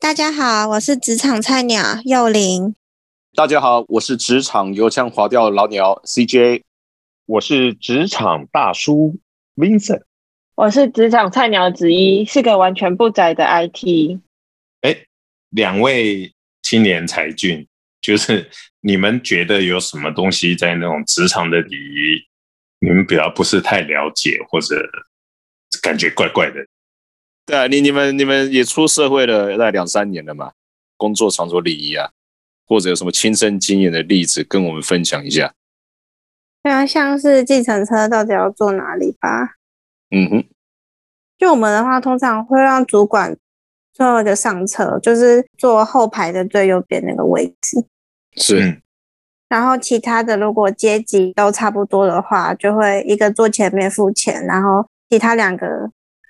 大家好，我是职场菜鸟幼玲。大家好，我是职场油腔滑调老鸟 CJ。我是职场大叔 Vincent。我是职场菜鸟子一，是个完全不宅的 IT。哎，两位青年才俊，就是你们觉得有什么东西在那种职场的礼仪，你们比较不是太了解，或者感觉怪怪的？对啊，你你们你们也出社会了，大概两三年了嘛，工作场所礼仪啊，或者有什么亲身经验的例子跟我们分享一下？对啊，像是计程车到底要坐哪里吧？嗯哼，就我们的话，通常会让主管最后一个上车，就是坐后排的最右边那个位置。是嗯然后其他的如果阶级都差不多的话，就会一个坐前面付钱，然后其他两个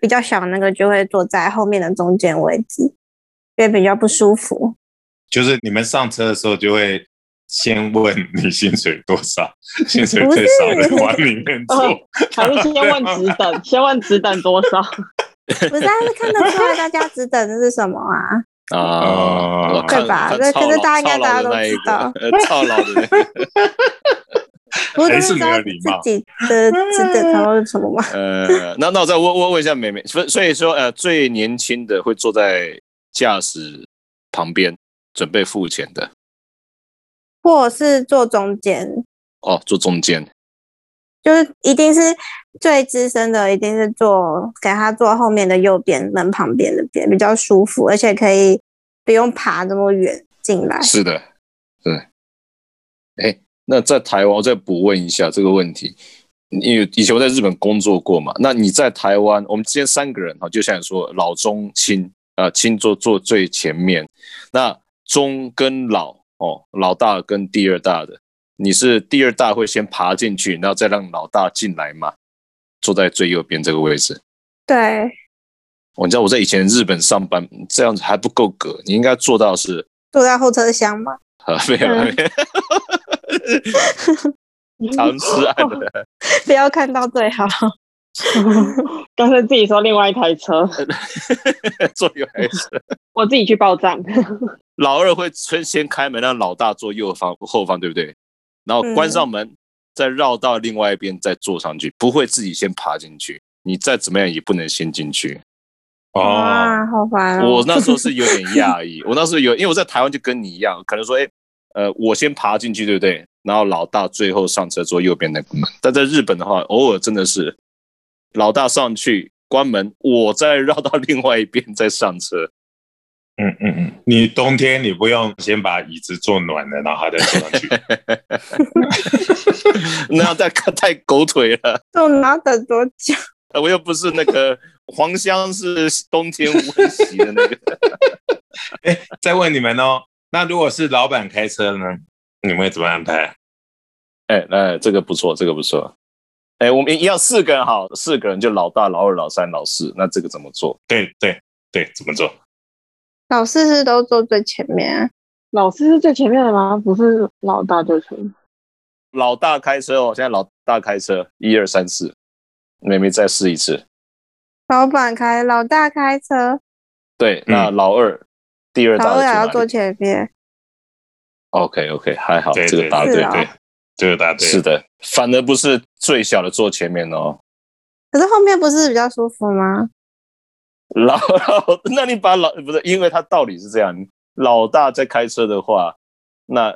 比较小那个就会坐在后面的中间位置，因为比较不舒服。就是你们上车的时候就会先问你薪水多少，薪水不最是少的往里 面坐。哦还是先问职等，先问职等多少？ 不是啊，是看得出来大家职等的是什么啊？啊，哦我看对吧看这超可是老大家应该大家超老的都那一知个道呃超老的那个，不还就是是没知有道礼貌自己的职等差不多是什么吗？呃， 那那我再问问问一下妹妹，所以所以说呃，最年轻的会坐在驾驶旁边准备付钱的或者是坐中间，哦，坐中间就是一定是最资深的，一定是坐给他坐后面的右边门旁边那边比较舒服，而且可以不用爬这么远进来。是的，对。哎，那在台湾，我再补问一下这个问题，因为以前我在日本工作过嘛。那你在台湾，我们之间三个人哈，就像你说老中青啊、呃青坐坐最前面，那中跟老哦，老大跟第二大的，你是第二大会先爬进去，然后再让老大进来嘛，坐在最右边这个位置。哦对，我、你知道我在以前日本上班这样子还不够格，你应该做到是坐在后车厢嘛。啊，没有了，嗯没有，常识案的，不要看到最好。刚才自己说另外一台车， 坐右还是我自己去报账。老二会先先开门，让老大坐右方后方，对不对？然后关上门，再绕到另外一边再坐上去，不会自己先爬进去。你再怎么样也不能先进去。哦，哇，好烦哦！我那时候是有点讶异，我那时候有，因为我在台湾就跟你一样，可能说，哎，呃，我先爬进去，对不对？然后老大最后上车坐右边那个门。但在日本的话，偶尔真的是老大上去关门，我再绕到另外一边再上车。嗯嗯嗯，你冬天你不用先把椅子坐暖了，然后再坐上去。 那样太太狗腿了。 坐你要等多久？ 呃我又不是那个黄香，是冬天温习的那个。 再问你们哦，那如果是老板开车呢，你们会怎么安排？ 啊哎哎，这个不错，这个不错。哎，我们一样四个人好，四个人就老大、老二、老三、老四。那这个怎么做？对对对，怎么做？老师是都坐最前面啊，老师是最前面的吗？不是老大最前面。老大开车哦，现在老大开车，一二三四，妹妹再试一次。老板开，老大开车，对，那老二、第二老大二也要坐坐哪里前面。 ？OK OK，还好，对这个对答对是对对啊。对，这个答对。是的，反而不是最小的坐前面哦。可是后面不是比较舒服吗？老老，那你把老不是，因为他道理是这样，老大在开车的话，那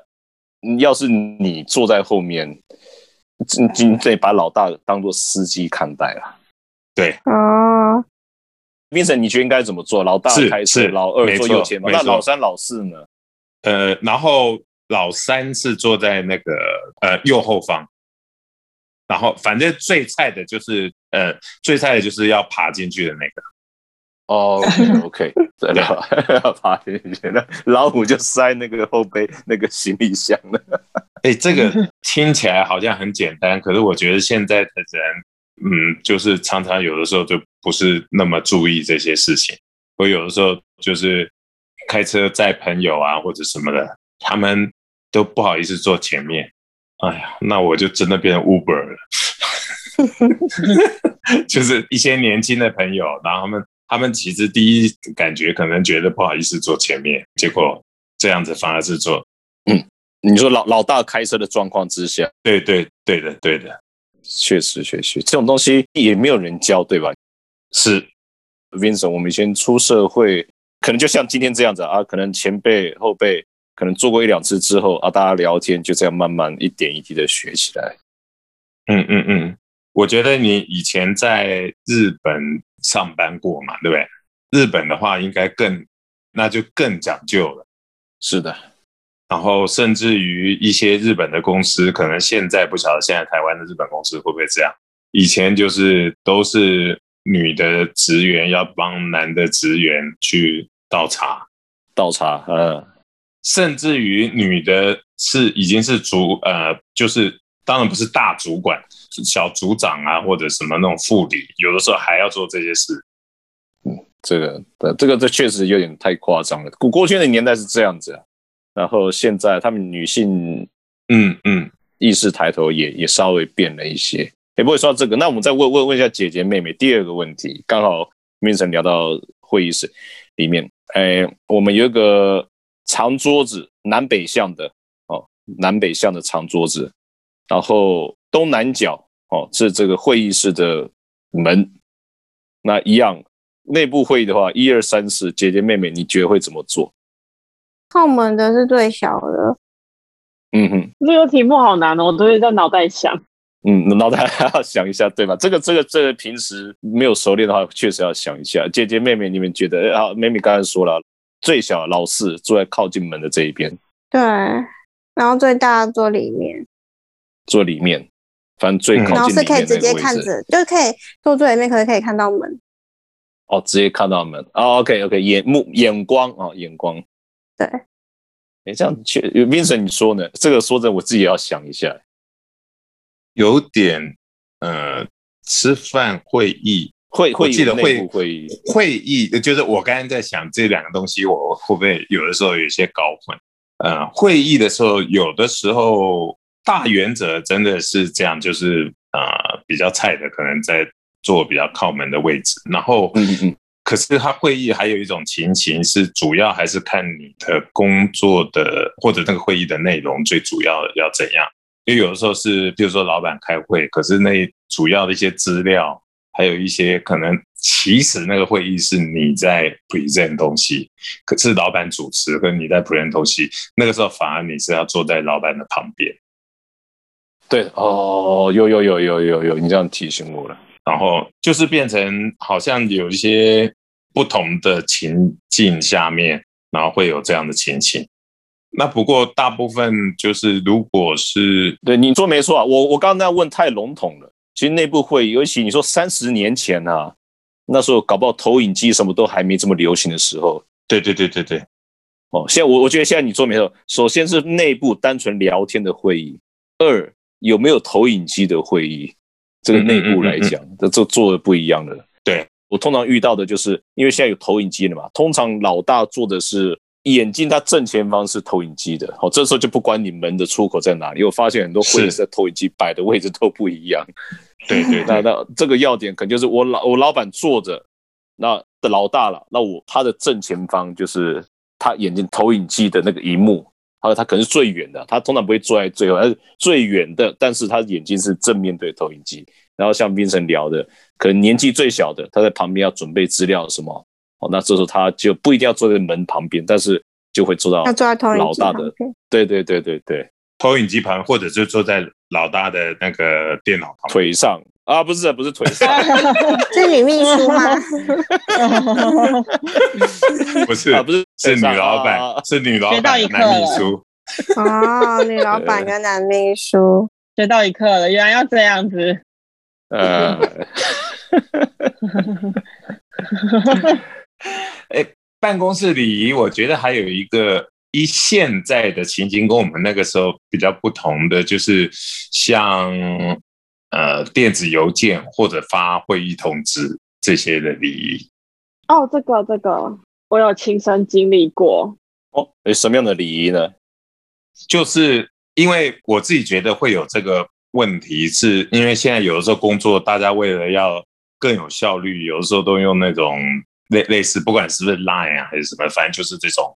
要是你坐在后面，你你得把老大当做司机看待了。对，哦，冰城，你觉得应该怎么做？老大是开车，是老二没坐错右前方，没那错老三、老四呢？呃，然后老三是坐在那个呃右后方，然后反正最菜的就是呃最菜的就是要爬进去的那个。哦，OK，对 了，爬进去，那老虎就塞那个后背那个行李箱了。哎，这个听起来好像很简单，可是我觉得现在的人，嗯，就是常常有的时候就不是那么注意这些事情。我有的时候就是开车载朋友啊或者什么的，他们都不好意思坐前面。哎呀，那我就真的变成 Uber 了。就是一些年轻的朋友，然后他们他们其实第一感觉可能觉得不好意思坐前面，结果这样子反而是坐。你说老老大开车的状况之下，对对对的对的，确实确实这种东西也没有人教，对吧是，Vincent？我们以前出社会，可能就像今天这样子啊，可能前辈后辈可能做过一两次之后啊，大家聊天就这样慢慢一点一滴的学起来。嗯嗯嗯，我觉得你以前在日本上班过嘛，对不对？日本的话应该更，那就更讲究了。是的，然后甚至于一些日本的公司，可能现在不晓得现在台湾的日本公司会不会这样。以前就是都是女的职员要帮男的职员去倒茶，倒茶，呃，甚至于女的是已经是主呃，就是当然不是大主管，是小组长啊或者什么那种副理，有的时候还要做这些事。这个，呃，这个这确实有点太夸张了。古锅圈的年代是这样子、啊，然后现在他们女性嗯嗯，意识抬头也也稍微变了一些。也不会说到这个，那我们再问问问一下姐姐妹妹第二个问题，刚好明晨聊到会议室里面，哎，我们有一个长桌子，南北向的哦，南北向的长桌子，然后东南角哦是这个会议室的门，那一样内部会议的话，一二三四，姐姐妹妹你觉得会怎么做？后门的是最小的，嗯哼。这个题目好难哦，我都会在脑袋想。嗯，脑袋还要想一下，对吧？这个、这个、这个，平时没有熟练的话，确实要想一下。姐姐、妹妹，你们觉得？啊，妹妹刚才说了，最小老四坐在靠近门的这一边，对，然后最大的坐里面，坐里面，反正最嗯然靠后近是里可以面直那接个位看置。着，就是可以坐最里面，可是可以看到门。哦，直接看到门。哦，OK OK，眼目眼光啊、哦，眼光。对，哎，这样确，Vincent，你说呢？这个说真的，我自己也要想一下。有点呃，吃饭会议会会议记得内会部会议，会议，就是我刚刚在想这两个东西，我会不会有的时候有一些搞混？呃，会议的时候，有的时候大原则真的是这样，就是呃比较菜的，可能在坐比较靠门的位置，然后嗯嗯嗯，可是他会议还有一种情形是，主要还是看你的工作的或者那个会议的内容最主要要怎样。因为有的时候是，比如说老板开会，可是那主要的一些资料，还有一些可能其实那个会议是你在 present 东西，可是老板主持跟你在 present 东西，那个时候反而你是要坐在老板的旁边。对哦，有有有有有有，你这样提醒我了。然后就是变成好像有一些不同的情境下面，然后会有这样的情形。那不过大部分就是，如果是对你说没错啊，我我刚刚那样问太笼统了。其实内部会议，尤其你说三十年前啊，那时候搞不好投影机什么都还没这么流行的时候对对对对对，哦。现在我我觉得现在你说没错，首先是内部单纯聊天的会议，二有没有投影机的会议，这嗯个内部来讲，这这做的不一样了。对我通常遇到的就是，因为现在有投影机了嘛，通常老大做的是眼镜，它正前方是投影机的，哦，这时候就不管你门的出口在哪里，我发现很多会议是室的投影机摆的位置都不一样。对对 那对那这个要点可能就是我老我老板坐着，那的老大了，那我他的正前方就是他眼睛投影机的那个荧幕，还有他可能是最远的，他通常不会坐在最后，他是最远的，但是他眼睛是正面对投影机。然后像冰神聊的，可能年纪最小的他在旁边要准备资料什么，哦，那这时候他就不一定要坐在门旁边，但是就会坐到要坐在投影哦老机大旁的，边，对对对对对。投影机旁或者就坐在老大的那个电脑旁边。腿上啊，不是不是腿上，是女秘书 吗？不 是啊不是是腿女上老板 啊，是女老学到板一课男秘了书。哦，女老板跟男秘书， 学到一课了，原来要这样子。呃，办公室礼仪，我觉得还有一个一现在的情景跟我们那个时候比较不同的，就是像呃电子邮件或者发会议通知这些的礼仪。哦，这个这个，我有亲身经历过。哦，诶什么样的礼仪呢？就是因为我自己觉得会有这个问题，是因为现在有的时候工作，大家为了要更有效率，有的时候都用那种类类似，不管是不是 Line 啊还是什么，反正就是这种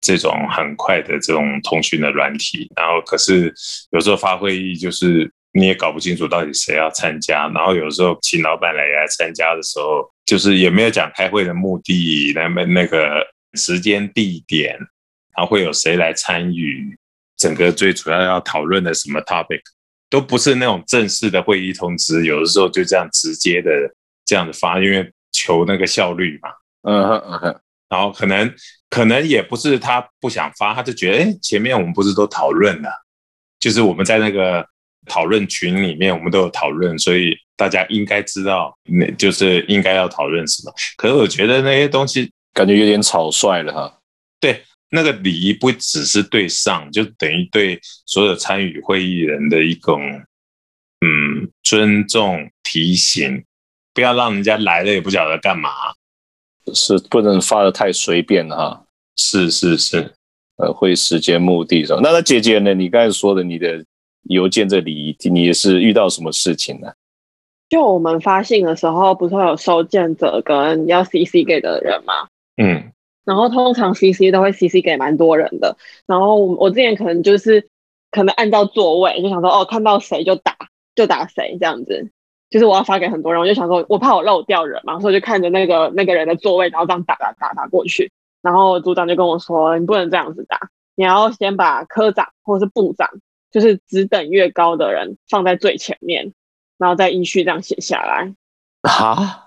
这种很快的这种通讯的软体。然后可是有时候发会议就是你也搞不清楚到底谁要参加，然后有时候请老板来来参加的时候，就是也没有讲开会的目的，那么那个时间地点，然后会有谁来参与，整个最主要要讨论的什么 topic。都不是那种正式的会议通知，有的时候就这样直接的这样子发，因为求那个效率嘛。嗯哼嗯哼，然后可能可能也不是他不想发，他就觉得，哎，前面我们不是都讨论了，就是我们在那个讨论群里面，我们都有讨论，所以大家应该知道，那就是应该要讨论什么。可是我觉得那些东西，感觉有点草率了哈。对那个礼仪不只是对上，就等于对所有参与会议人的一种嗯尊重提醒，不要让人家来了也不晓得干嘛。是不能发的太随便了哈，是是是，呃，会时间目的上。那那姐姐呢？你刚才说的你的邮件这里，你也是遇到什么事情呢？就我们发信的时候，不是会有收件者跟要 CC 给的人吗？嗯，然后通常 CC 都会 CC 给蛮多人的。然后我我之前可能就是可能按照座位就想说，哦，看到谁就打就打谁这样子。就是我要发给很多人，我就想说，我怕我漏掉人嘛，所以我就看着那个那个人的座位，然后这样打打打打过去。然后组长就跟我说，你不能这样子打，你要先把科长或者是部长，就是职等越高的人放在最前面，然后再依序这样写下来。啊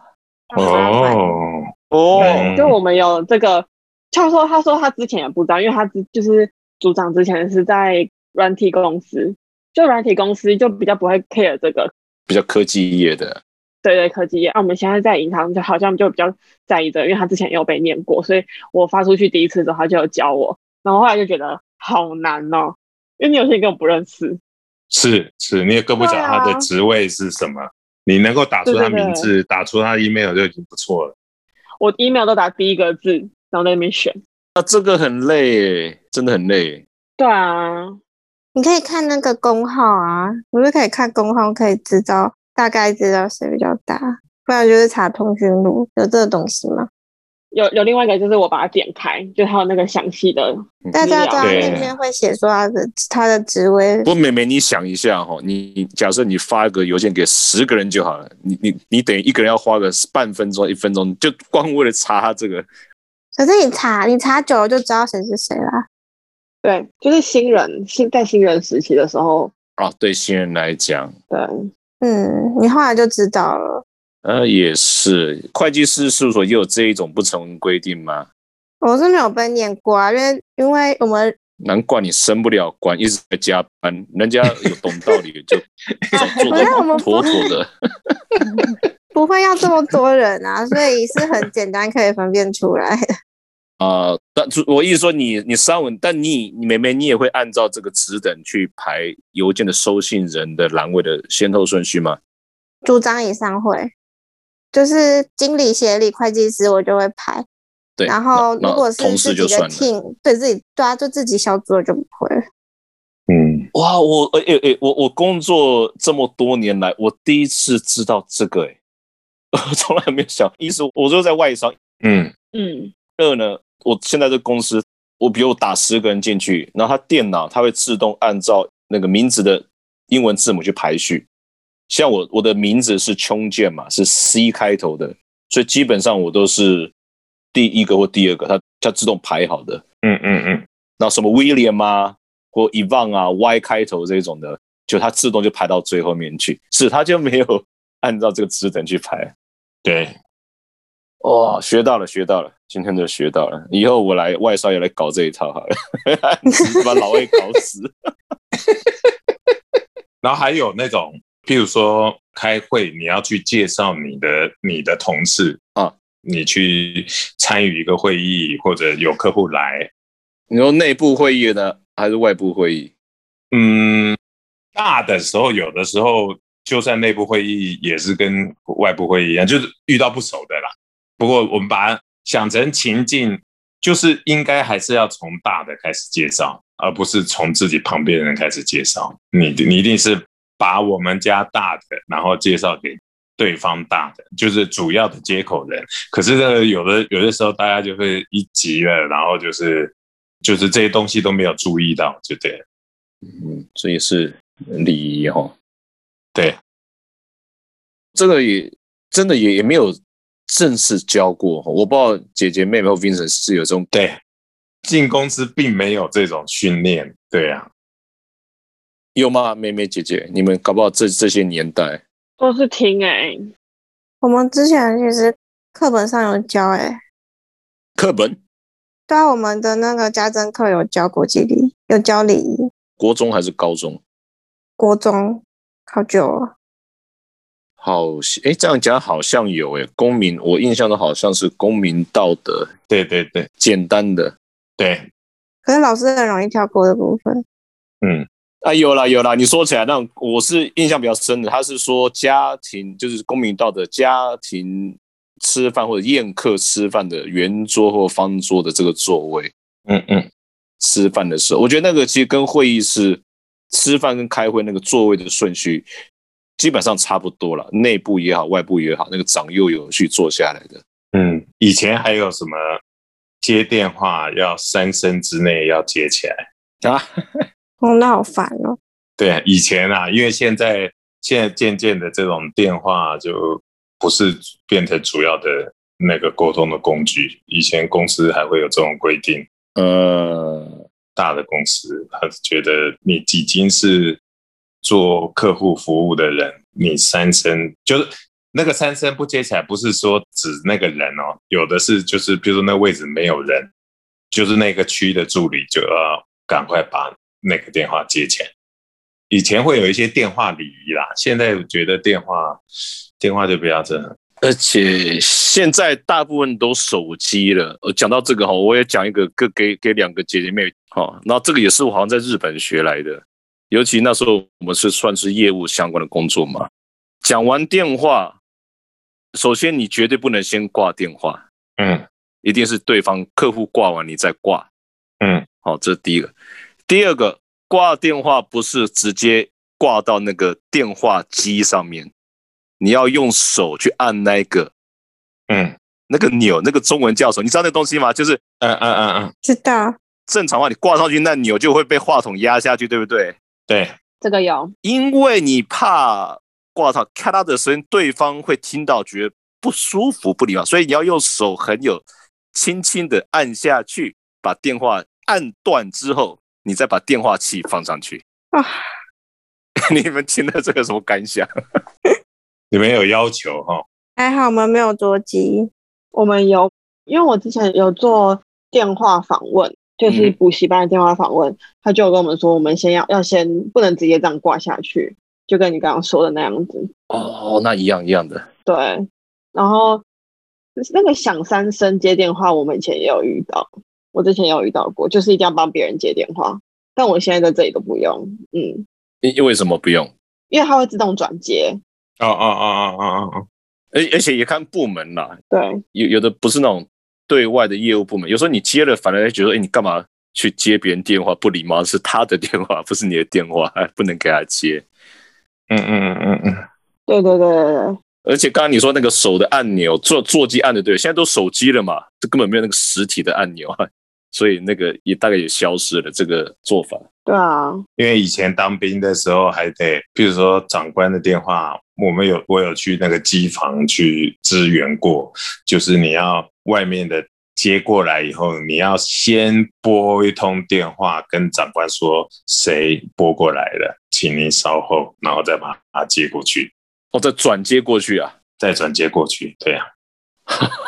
哦，哦嗯就我们有这个，他说他说他之前也不知道，因为他之就是组长之前是在软体公司，就软体公司就比较不会 care 这个，比较科技业的，对对科技业。啊，我们现在在银行就好像就比较在意这个，因为他之前也有被念过，所以我发出去第一次之后他就有教我，然后后来就觉得好难哦，因为你有些人根本不认识，是是，你也跟不讲对啊他的职位是什么，你能够打出他名字，打出他 email 就已经不错了。我 email 都打第一个字，然后在那边选。那这个很累耶，真的很累耶。对啊，你可以看那个工号啊，我就可以看工号，可以知道大概知道谁比较大，不然就是查通讯录，有这个东西吗？有有另外一个就是我把它点开，就它有那个详细的大家在对页面会写说他的他的职位不，过美美，你想一下哈、你你假设你发一个邮件给十个人就好了，你你你等于一个人要花个半分钟一分钟，就光为了查他这个，可是你查你查久了就知道谁是谁啦。对，就是新人新在新人时期的时候，啊，对新人来讲，对，嗯，你后来就知道了。呃，也是会计师事务所也有这一种不成文规定吗？我是没有被念过啊，因为因为我们难怪你升不了官，一直在加班。人家有懂道理，就早做不是我的们妥妥的。不会要这么多人啊，所以是很简单可以分辨出来的。啊、但是我意思说你你删文，但你你妹妹你也会按照这个职等去排邮件的收信人的栏位的先后顺序吗？组长以上会，就是经理、协理、会计师，我就会排。对，然后那如果是同自事己就的算了。 team，对自己对啊，就自己小组的就不会了。嗯，哇，我诶诶、诶我我工作这么多年来，我第一次知道这个诶、 我从来没有想，一是我就在外商，嗯，嗯，二呢，我现在这公司，我比如我打十个人进去，然后他电脑它会自动按照那个名字的英文字母去排序。像我我的名字是邱建嘛，是 C 开头的，所以基本上我都是第一个或第二个，它它自动排好的。嗯嗯嗯，那什么 William 啊，或 Ivan 啊，Y 开头这种的，就它自动就排到最后面去，是它就没有按照这个职等去排。对，哇、哦学到了，学到了，今天就学到了。以后我来外商也来搞这一套好了， 把老魏搞死。然后还有那种，譬如说开会，你要去介绍你的你的同事啊，你去参与一个会议，或者有客户来， 你说内部会议呢，还是外部会议？嗯，大的时候有的时候就算内部会议也是跟外部会议一样，就是遇到不熟的啦。不过我们把它想成情境，就是应该还是要从大的开始介绍，而不是从自己旁边的人开始介绍。你你一定是把我们家大的，然后介绍给对方大的，就是主要的接口人。可是呢，有的有的时候大家就会一急了，然后就是就是这些东西都没有注意到，就对了嗯，这也是礼仪哈。对，这个也真的也也没有正式教过哈，我不知道姐姐妹妹或 Vincent 是有这种对，进公司并没有这种训练，对啊，有吗？妹妹姐姐，你们搞不好这这些年代都是听哎、我们之前其实课本上有教、欸，哎，课本对啊，我们的那个家政课有教国际礼，有教礼仪，国中还是高中？国中好久哦，好像，哎，这样讲好像有哎，公民，我印象中好像是公民道德，对对对简单的对，可是老师很容易跳过的部分。嗯，啊，有啦有啦，你说起来，那我是印象比较深的，他是说家庭就是公民道德，家庭吃饭或者宴客吃饭的圆桌或方桌的这个座位嗯嗯，吃饭的时候，我觉得那个其实跟会议室吃饭跟开会那个座位的顺序基本上差不多了，内部也好，外部也好，那个长幼有序坐下来的。嗯，以前还有什么接电话要三声之内要接起来？啊，哦，那好烦哦。对，以前啊，因为现在现在渐渐的这种电话就不是变成主要的那个沟通的工具。以前公司还会有这种规定， 呃，大的公司他觉得你已经是做客户服务的人，你三声就是。那个三声不接起来，不是说指那个人哦，有的是就是，比如说那位置没有人，就是那个区的助理就要赶快把那个电话接起来。以前会有一些电话礼仪啦，现在我觉得电话电话就不要这样。而且现在大部分都手机了。呃，讲到这个哈，我也讲一个，给给给两个姐姐妹哈。然后这个也是我好像在日本学来的，尤其那时候我们是算是业务相关的工作嘛。讲完电话，首先你绝对不能先挂电话，嗯一定是对方客户挂完你再挂。嗯好，这是第一个。第二个，挂电话不是直接挂到那个电话机上面，你要用手去按那个嗯那个钮，那个中文叫什么？你知道那东西吗？就是嗯嗯嗯嗯，知道，正常话，你挂上去那钮就会被话筒压下去，对不对？对，这个有，因为你怕挂上咔嗒的声音，对方会听到，觉得不舒服、不礼貌，所以你要用手很有轻轻的按下去，把电话按断之后，你再把电话器放上去。啊， 你们听到这个什么感想？你们有要求哈、哦？还好我们没有捉鸡。我们有，因为我之前有做电话访问，就是嗯补习班的电话访问，他就有跟我们说，我们先要要先不能直接这样挂下去，就跟你刚刚说的那样子，哦，那一样一样的。对，然后那个响三声接电话，我们以前也有遇到，我之前也有遇到过，就是一定要帮别人接电话，但我现在在这里都不用，嗯，因因为什么不用？因为它会自动转接，哦哦哦哦哦哦，而而且也看部门啦，对，有有的不是那种对外的业务部门，有时候你接了，反而会觉得，哎，你干嘛去接别人电话？不礼貌，是他的电话，不是你的电话， 哎不能给他接。嗯嗯嗯嗯嗯，对对对对对，而且刚刚你说那个手的按钮，座座机按的对，现在都手机了嘛，这根本没有那个实体的按钮啊， 所以那个也大概也消失了这个做法。对啊，因为以前当兵的时候还得，比如说长官的电话，我们有我有去那个机房去支援过，就是你要外面的接过来以后，你要先拨一通电话跟长官说谁拨过来了，请您稍后，然后再把它接过去，哦，再转接过去啊，再转接过去，对呀、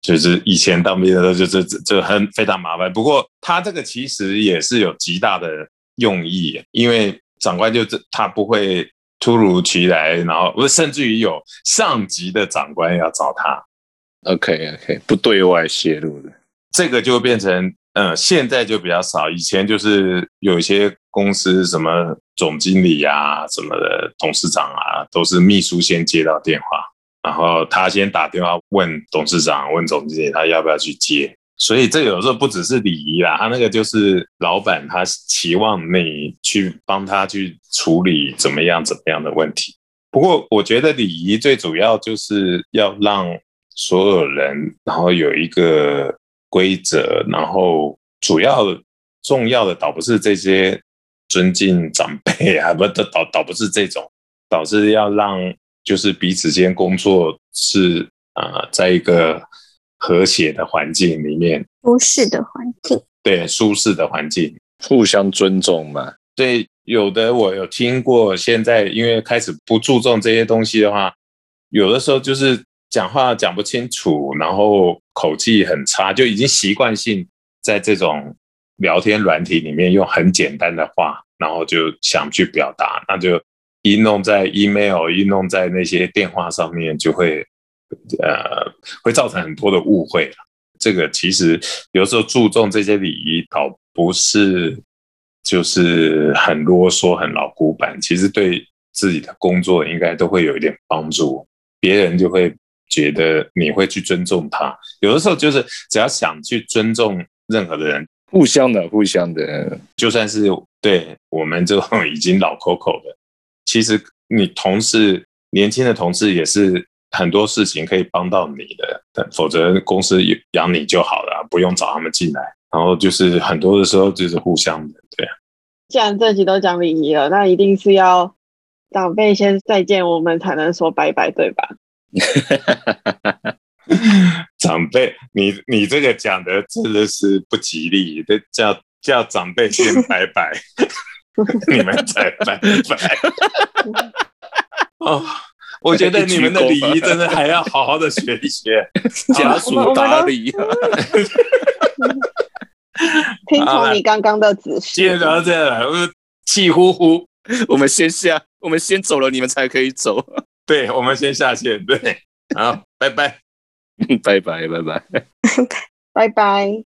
就是以前当兵的时候就，就这这很非常麻烦。不过他这个其实也是有极大的用意，因为长官就这他不会突如其来，然后不甚至于有上级的长官要找他， OK OK，不对外泄露的。这个就变成，呃，现在就比较少。以前就是有一些公司什么总经理啊、什么的董事长啊，都是秘书先接到电话，然后他先打电话问董事长、问总经理他要不要去接。所以这有时候不只是礼仪啦，他那个就是老板他期望你去帮他去处理怎么样怎么样的问题。不过我觉得礼仪最主要就是要让所有人，然后有一个规则，然后主要重要的倒不是这些尊敬长辈啊， 不，倒倒不是这种，倒是要让就是彼此间工作是啊、呃在一个和谐的环境里面，舒适的环境。对舒适的环境，互相尊重嘛。所以有的我有听过，现在因为开始不注重这些东西的话，有的时候就是讲话讲不清楚，然后口气很差，就已经习惯性在这种聊天软体里面用很简单的话，然后就想去表达，那就一弄在 email，一弄在那些电话上面，就会呃会造成很多的误会啦这个其实有时候注重这些礼仪，倒不是就是很啰嗦、很老古板，其实对自己的工作应该都会有一点帮助，别人就会觉得你会去尊重他。有的时候就是只要想去尊重任何的人，互相的，互相的，就算是对我们这种已经老 Coco 的，其实你同事年轻的同事也是很多事情可以帮到你的，但否则公司养你就好了，啊不用找他们进来。然后就是很多的时候就是互相的，对啊，既然这集都讲礼仪了，那一定是要长辈先再见我们才能说拜拜，对吧？长辈，你你这个讲的真的是不吉利，得叫叫长辈先拜拜， 你们才拜拜。 哦，我觉得你们的礼仪真的还要好好的学一学。家属打啊理、听好从了你刚刚的指今天示聊，到这了，我气呼呼。 我们先下，我们先走了，你们才可以走。对，我们先下 线。对，好，拜拜。拜拜，拜拜。拜拜。